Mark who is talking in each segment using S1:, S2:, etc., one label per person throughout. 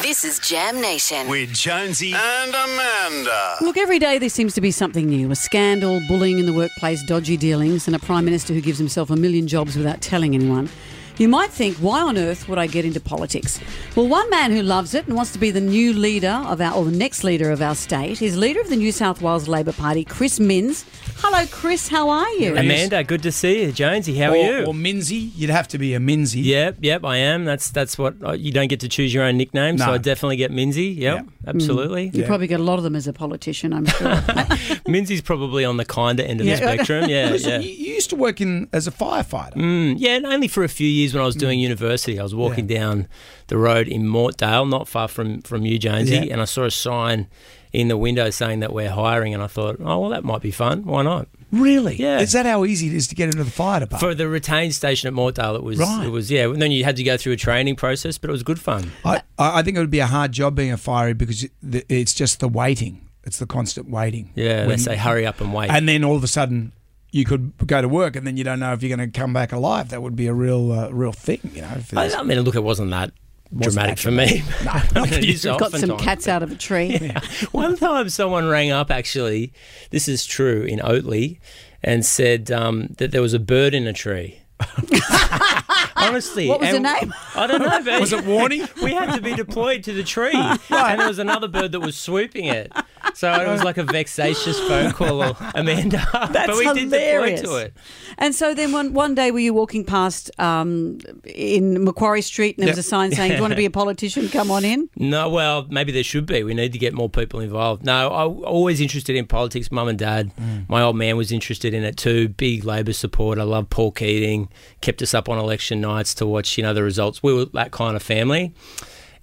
S1: This is Jam Nation.
S2: with Jonesy
S3: Uh,
S4: and Amanda.
S5: Look, every day there seems to be something new a scandal, bullying in the workplace, dodgy dealings, and a Prime Minister who gives himself a million jobs without telling anyone. You might think, why on earth would I get into politics? Well, one man who loves it and wants to be the new leader of our, or the next leader of our state, is leader of the New South Wales Labor Party, Chris Minns. Hello, Chris, how are you?
S6: Amanda, good to see you. Jonesy, how
S3: or,
S6: are you?
S3: Or Minzy. You'd have to be a Minzy.
S6: yep, yep, I am. That's that's what uh, you don't get to choose your own nickname, so
S3: No.
S6: I definitely get Minzy. Yep,
S3: Yeah.
S6: absolutely.
S5: You probably get a lot of them as a politician, I'm sure.
S6: Minzy's probably on the kinder end of
S3: Yeah.
S6: the spectrum. Yeah,
S3: Listen,
S6: yeah.
S3: You you used to work in as a firefighter.
S6: Mm, yeah, and only for a few years when I was doing
S3: Mm.
S6: university. I was walking down the road in Mortdale, not far from, from you, Jonesy,
S3: Yeah.
S6: and I saw a sign in the window saying that we're hiring, and I thought, oh, well, that might be fun. Why not?
S3: Really?
S6: Yeah.
S3: Is that how easy it is to get into the fire department?
S6: For the retained station at Mortdale, it was,
S3: Right.
S6: it was yeah, and then you had to go through a training process, but it was good fun.
S3: I, I I think it would be a hard job being a fiery because it- the- it's just the waiting. It's the constant waiting.
S6: Yeah, they
S3: When-
S6: say hurry up and wait.
S3: And then all of a sudden, you could go to work, and then you don't know if you're going to come back alive. That would be a real, uh, real thing, you know. For
S6: I,
S3: this.
S6: I mean, look, it wasn't that
S3: Wasn't
S6: dramatic
S3: that
S6: for me. No,
S5: You've got some cats out of a tree.
S6: One time, someone rang up. Actually, this is true in Oatley, and said um, that there was a bird in a tree. Honestly,
S5: What was
S6: and-
S5: the name?
S6: I don't know. But
S3: Was it warning?
S6: we had to be deployed to the tree, and there was another bird that was swooping it. So it was like a vexatious phone call, Amanda. but we
S5: hilarious.
S6: did deploy to it.
S5: And so then one, one day were you walking past um, in Macquarie Street and there was a sign saying, Do you want to be a politician? Come on in.
S6: No, well, maybe there should be. We need to get more people involved. No, I w- always interested in politics. Mum and dad, my old man was interested in it too. Big Labor support. I love Paul Keating. Kept us up on election nights to watch, you know, the results. We were that kind of family.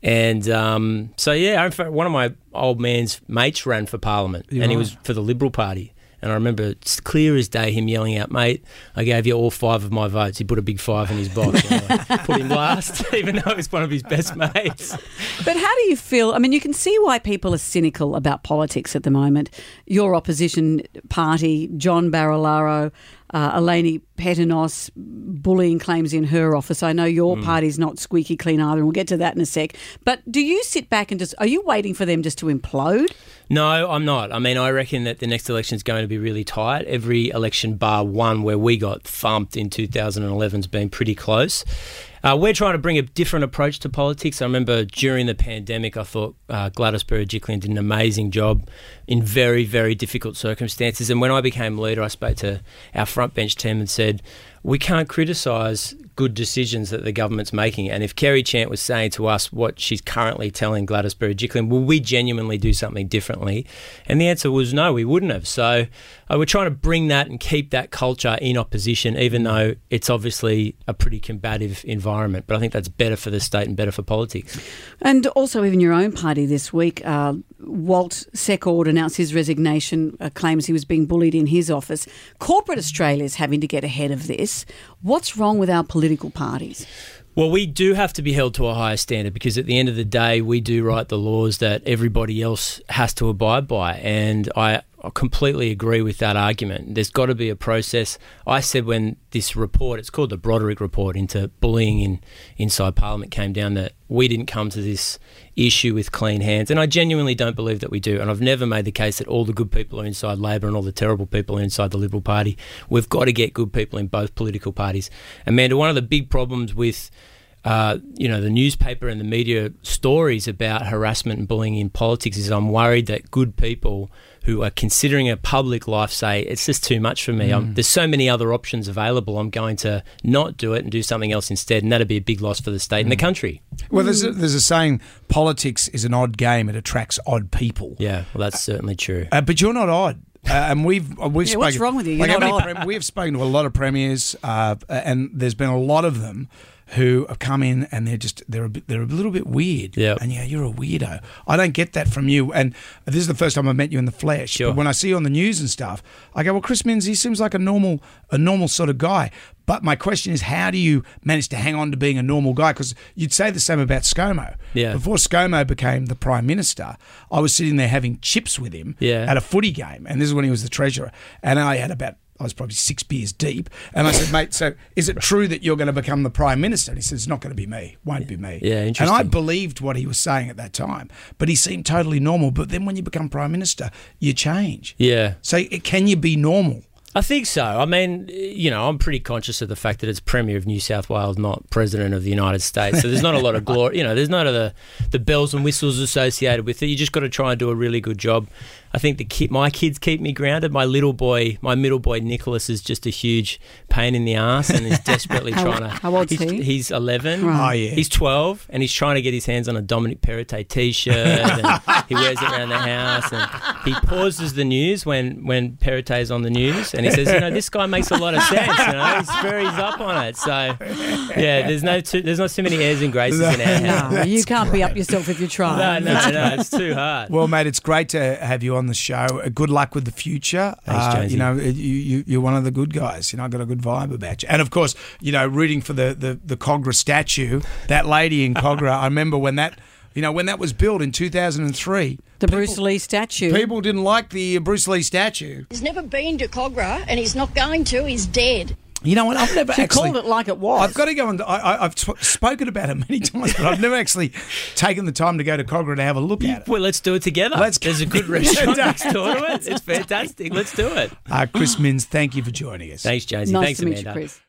S6: And um, so, yeah, in fact, one of my old man's mates ran for parliament, and he was for the Liberal Party. And I remember it's clear as day him yelling out, "Mate, I gave you all five of my votes." He put a big five in his box, and I put him last, even though it was one of his best mates.
S5: But how do you feel? I mean, you can see why people are cynical about politics at the moment. Your opposition party, John Barilaro, uh, Eleni Petanos, bullying claims in her office. I know your party's not squeaky clean either, and we'll get to that in a sec. But do you sit back and just, are you waiting for them just to implode?
S6: No, I'm not. I mean, I reckon that the next election is going to be really tight. Every election, bar one, where we got thumped in 2011, has been pretty close. Uh, we're trying to bring a different approach to politics. I remember during the pandemic, I thought uh, Gladys Berejiklian did an amazing job in very, very difficult circumstances. And when I became leader, I spoke to our frontbench team and said, we can't criticise good decisions that the government's making. And if Kerry Chant was saying to us what she's currently telling Gladys Berejiklian, will we genuinely do something differently? And the answer was no, we wouldn't have. So uh, we're trying to bring that and keep that culture in opposition, even though it's obviously a pretty combative environment. But I think that's better for the state and better for politics.
S5: And also, even your own party this week, uh, Walt Secord announced his resignation, uh, claims he was being bullied in his office. Corporate Australia is having to get ahead of this. What's wrong with our political parties?
S6: Well, we do have to be held to a higher standard because at the end of the day, we do write the laws that everybody else has to abide by. And I I completely agree with that argument. There's got to be a process. I said when this report, it's called the Broderick Report into bullying in inside Parliament, came down that we didn't come to this issue with clean hands. And I genuinely don't believe that we do. And I've never made the case that all the good people are inside Labor and all the terrible people are inside the Liberal Party. We've got to get good people in both political parties. Amanda, one of the big problems with uh, you know, the newspaper and the media stories about harassment and bullying in politics is I'm worried that good people who are considering a public life say, it's just too much for me. I'm, there's so many other options available. I'm going to not do it and do something else instead. And that'd be a big loss for the state and the country.
S3: Well, there's a, there's a saying: politics is an odd game. It attracts odd people.
S6: Yeah, well, that's certainly true.
S3: Uh, but you're not odd. Uh, and we've uh, we've
S5: Yeah,
S3: spoken,
S5: what's wrong with you? You're
S3: how
S5: not
S3: many prem- we've spoken to a lot of premiers, uh, and there's been a lot of them who have come in and they're just they're a bit, they're a little bit weird.
S6: Yeah.
S3: and yeah, you're a weirdo. I don't get that from you. And this is the first time I have met you in the flesh.
S6: Sure.
S3: But when I see you on the news and stuff, I go, well, Chris Minns, he seems like a normal a normal sort of guy. But my question is, how do you manage to hang on to being a normal guy? Because you'd say the same about ScoMo.
S6: Yeah.
S3: Before ScoMo became the prime minister, I was sitting there having chips with him
S6: Yeah.
S3: at a footy game, and this is when he was the treasurer. And I had about I was probably six beers deep. And I said, mate, so is it true that you're going to become the prime minister? And he said, it's not going to be me. Won't be me.
S6: Yeah,
S3: And I
S6: interesting.
S3: believed what he was saying at that time, but he seemed totally normal. But then when you become prime minister, you change.
S6: Yeah.
S3: So it, can you be normal?
S6: I think so. I mean, you know, I'm pretty conscious of the fact that it's Premier of New South Wales, not President of the United States. So there's not a lot of glory, you know, there's none of the, the bells and whistles associated with it. You just got to try and do a really good job. I think the ki my kids keep me grounded. My little boy, my middle boy Nicholas, is just a huge pain in the ass and is desperately
S5: How-
S6: trying to.
S5: how old's
S6: he's,
S5: he?
S6: He's 11.
S5: Right.
S3: Oh, yeah.
S6: He's 12 and he's trying to get his hands on a Dominic Perrottet t-shirt and he wears it around the house and he pauses the news when, when Perrottet is on the news and he says, you know, this guy makes a lot of sense, you know, he's very he's up on it. So, yeah, there's no too, there's not too many airs and graces in our house.
S5: No, you
S3: That's
S5: can't be up yourself if you try.
S6: No, no, no, it's too hard.
S3: Well, mate, it's great to have you on the show. Uh, Good luck with the future. Uh,
S6: Thanks, Jonesy.
S3: you know, you, you, you're one of the good guys. You know, I've got a good vibe about you. And of course, you know, rooting for the, the, the Cogra statue, that lady in Cogra. I remember when that, you know, when that was built in 2003,
S5: The Bruce Lee statue.
S3: people didn't like the uh, Bruce Lee statue.
S1: He's never been to Cogra and he's not going to. He's dead.
S3: You know what? I've never
S5: she
S3: actually. Oh,
S5: called it like it was.
S3: I've got to go and I, I, I've t- spoken about it many times, but I've never actually taken the time to go to Cogra to have a look at it.
S6: Well, let's do it together.
S3: Let's-
S6: There's a good restaurant next door to it. It's fantastic. Let's do it.
S3: Uh, Chris Minns, thank you for joining us.
S6: Thanks, Jonesy.
S5: nice
S6: Thanks,
S5: to meet
S6: Amanda.
S5: you, Chris.